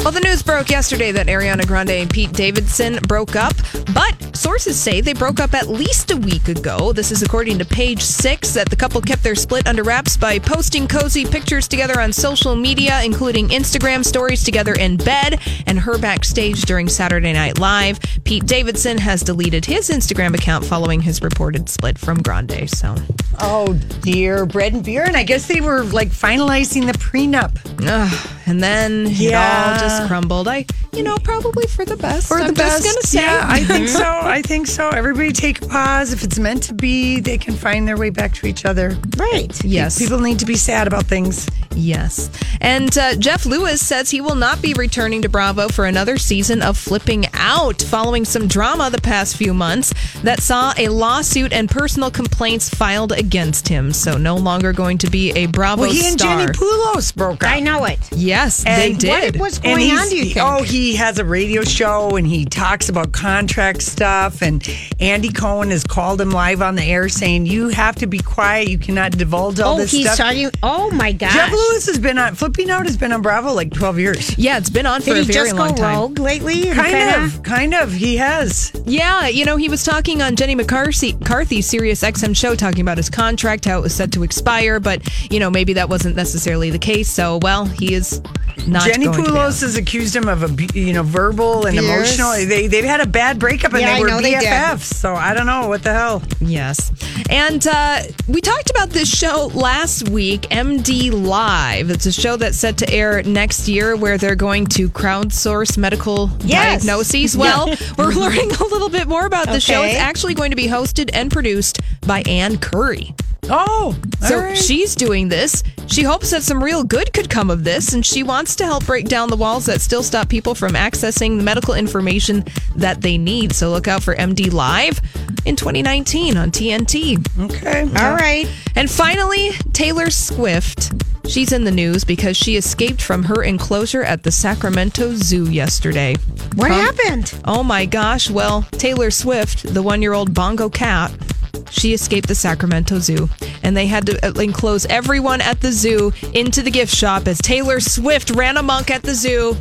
Well, the news broke yesterday that Ariana Grande and Pete Davidson broke up, but sources say they broke up at least a week ago. This is according to page six that the couple kept their split under wraps by posting cozy pictures together on social media, including Instagram stories together in bed and her backstage during Saturday Night Live. Pete Davidson has deleted his Instagram account following his reported split from Grande. So, Oh dear, bread and beer, and I guess they were like finalizing the prenup ugh. and then it all Yeah. just crumbled. I, you know, probably for the best. for I'm the best. Just gonna say. Yeah, I think so. I think so. Everybody take a pause. If it's meant to be, they can find their way back to each other. Right. Yes. People need to be sad about things. Yes. And uh, Jeff Lewis says he will not be returning to Bravo for another season of Flipping Out following some drama the past few months that saw a lawsuit and personal complaints filed against him. So no longer going to be a Bravo Well, he and star. Jenny Poulos broke up. I know it. yes, they And did. What's And going he's- on? Do you think? Oh, he has a radio show and he talks about contract stuff. And Andy Cohen has called him live on the air saying, You have to be quiet. You cannot divulge all oh, this he's stuff. talking. Oh my gosh. Jeff Lewis has been on, Flipping Out has been on Bravo like 12 years. yeah, it's been on for Did a he very just go long time. rogue lately? and Kind kinda- of, kind of. He has. Yeah, you know, he was talking on Jenny McCarthy, Carthy's Sirius XM show, talking about his contract, how it was set to expire, but, you know, maybe that wasn't necessarily the case. So, well, he is not Jenny going to be on. Poulos has accused him of, abu- you know, verbal and Abuse. emotional. They, they've had a bad breakup and Yeah, I they were know they did. BFFs. so I don't know. What the hell? Yes. And uh, we talked about this show last week, MD Live. It's a show that's set to air next year where they're going to crowdsource medical Yes. diagnoses. Well, we're learning a little bit more about the show. It's Okay. actually going to be hosted and produced by Ann Curry. Oh, So all right. she's doing this. She hopes that some real good could come of this, and she wants to help break down the walls that still stop people from accessing the medical information that they need. So look out for MD Live in 2019 on TNT. okay. All right. And finally, Taylor Swift. She's in the news because she escaped from her enclosure at the Sacramento Zoo yesterday. What happened? Oh my gosh. Well, Taylor Swift, the one year old bongo cat, she escaped the Sacramento Zoo. And they had to uh, enclose everyone at the zoo into the gift shop as Taylor Swift ran amok at the zoo.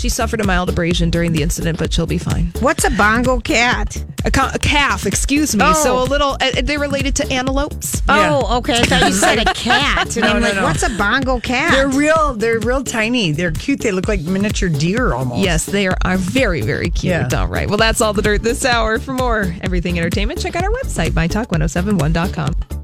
She suffered a mild abrasion during the incident, but she'll be fine. What's a bongo cat? A, ca- a calf, excuse me. So a little, uh, they're related to antelopes. Oh, okay. I thought you said a cat, and I'm no, like, no. what's a bongo cat? They're real. They're real tiny. They're cute. They look like miniature deer almost. Yes, they are, are very, very cute. Yeah. All right. oh Well, that's all the dirt this hour. For more everything entertainment, check out our website, mytalk1071.com.